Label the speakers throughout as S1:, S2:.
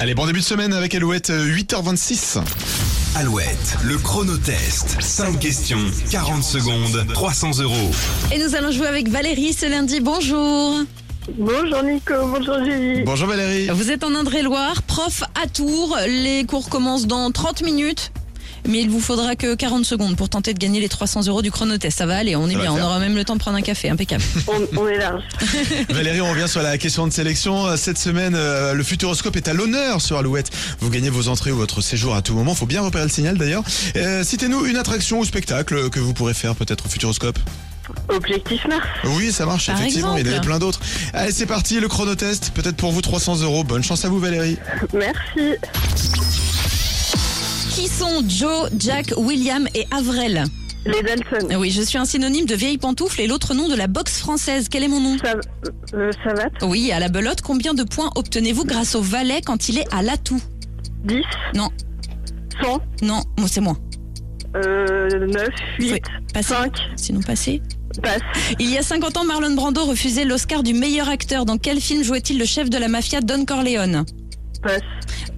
S1: Allez, bon début de semaine avec Alouette, euh, 8h26.
S2: Alouette, le chronotest. 5 questions, 40 secondes, 300 euros.
S3: Et nous allons jouer avec Valérie ce lundi. Bonjour.
S4: Bonjour Nico, bonjour Julie.
S1: Bonjour Valérie.
S3: Vous êtes en Indre-et-Loire, prof à Tours. Les cours commencent dans 30 minutes. Mais il vous faudra que 40 secondes pour tenter de gagner les 300 euros du chronotest. Ça va aller, on est
S1: Ça va
S3: bien, on
S1: faire.
S3: aura même le temps de prendre un café, impeccable.
S4: On, on est large.
S1: Valérie, on revient sur la question de sélection. Euh, Cette semaine, euh, le Futuroscope est à l'honneur sur Alouette. Vous gagnez vos entrées ou votre séjour à tout moment. Faut bien repérer le signal d'ailleurs. Euh, Citez-nous une attraction ou spectacle que vous pourrez faire peut-être au Futuroscope.
S4: Objectif Mars.
S1: Oui, ça marche,
S3: Par
S1: effectivement. Il y en avait
S3: exemple.
S1: plein d'autres. Allez, c'est parti, le chronotest. Peut-être pour vous 300 euros. Bonne chance à vous, Valérie.
S4: Merci.
S3: Qui sont Joe, Jack, William et Avrel
S4: Les Dalton.
S3: Ah Oui, je suis un synonyme de vieille pantoufle et l'autre nom de la boxe française. Quel est mon nom
S4: Ça, euh, ça va
S3: Oui, à la belote, combien de points obtenez-vous grâce au valet quand il est à l'atout
S4: 10,
S3: Non,
S4: 100,
S3: non, moi c'est moi.
S4: euh, 9, 8,
S3: Oui, passez.
S4: 5,
S3: Sinon passez.
S4: passe.
S3: Il y a 50 ans, Marlon Brando refusait l'Oscar du meilleur acteur. Dans quel film jouait-il le chef de la mafia Don Corleone
S4: Passe.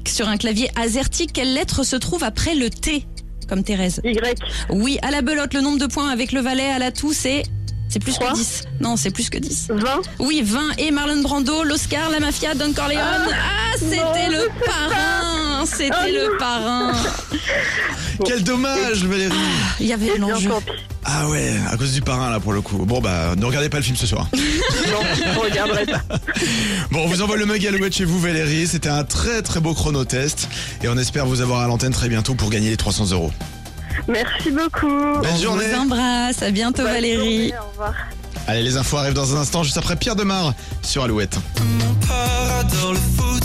S3: Sur un clavier AZERTY, quelle lettre se trouve après le T Comme Thérèse.
S4: Y,
S3: Oui, à la belote, le nombre de points avec le valet à la toux, c'est... C'est plus
S4: Trois.
S3: que 10. Non, c'est plus que 10.
S4: 20.
S3: Oui, 20 et Marlon Brando, l'Oscar, la mafia, Don Corleone. Ah, c'était
S4: non,
S3: le parrain C'était
S4: Ah
S3: le parrain Ah,
S1: Quel dommage, Valérie.
S3: Il y avait
S4: Eh bien,
S3: l'enjeu.
S4: tant pis.
S1: Ah ouais, à cause du parrain, là, pour le coup. Bon, bah, ne regardez pas le film ce soir.
S4: Non, je regarderai pas.
S1: Bon, on vous envoie le mug Alouette chez vous, Valérie. C'était un très très beau chronotest. Et on espère vous avoir à l'antenne très bientôt pour gagner les 300 euros.
S4: Merci beaucoup.
S1: Belle
S3: On
S1: journée.
S3: vous embrasse, à bientôt
S4: Bonne
S3: Valérie.
S4: journée, au revoir.
S1: Allez, les infos arrivent dans un instant, juste après Pierre Demar sur Alouette.
S5: Mon corps adore le foot,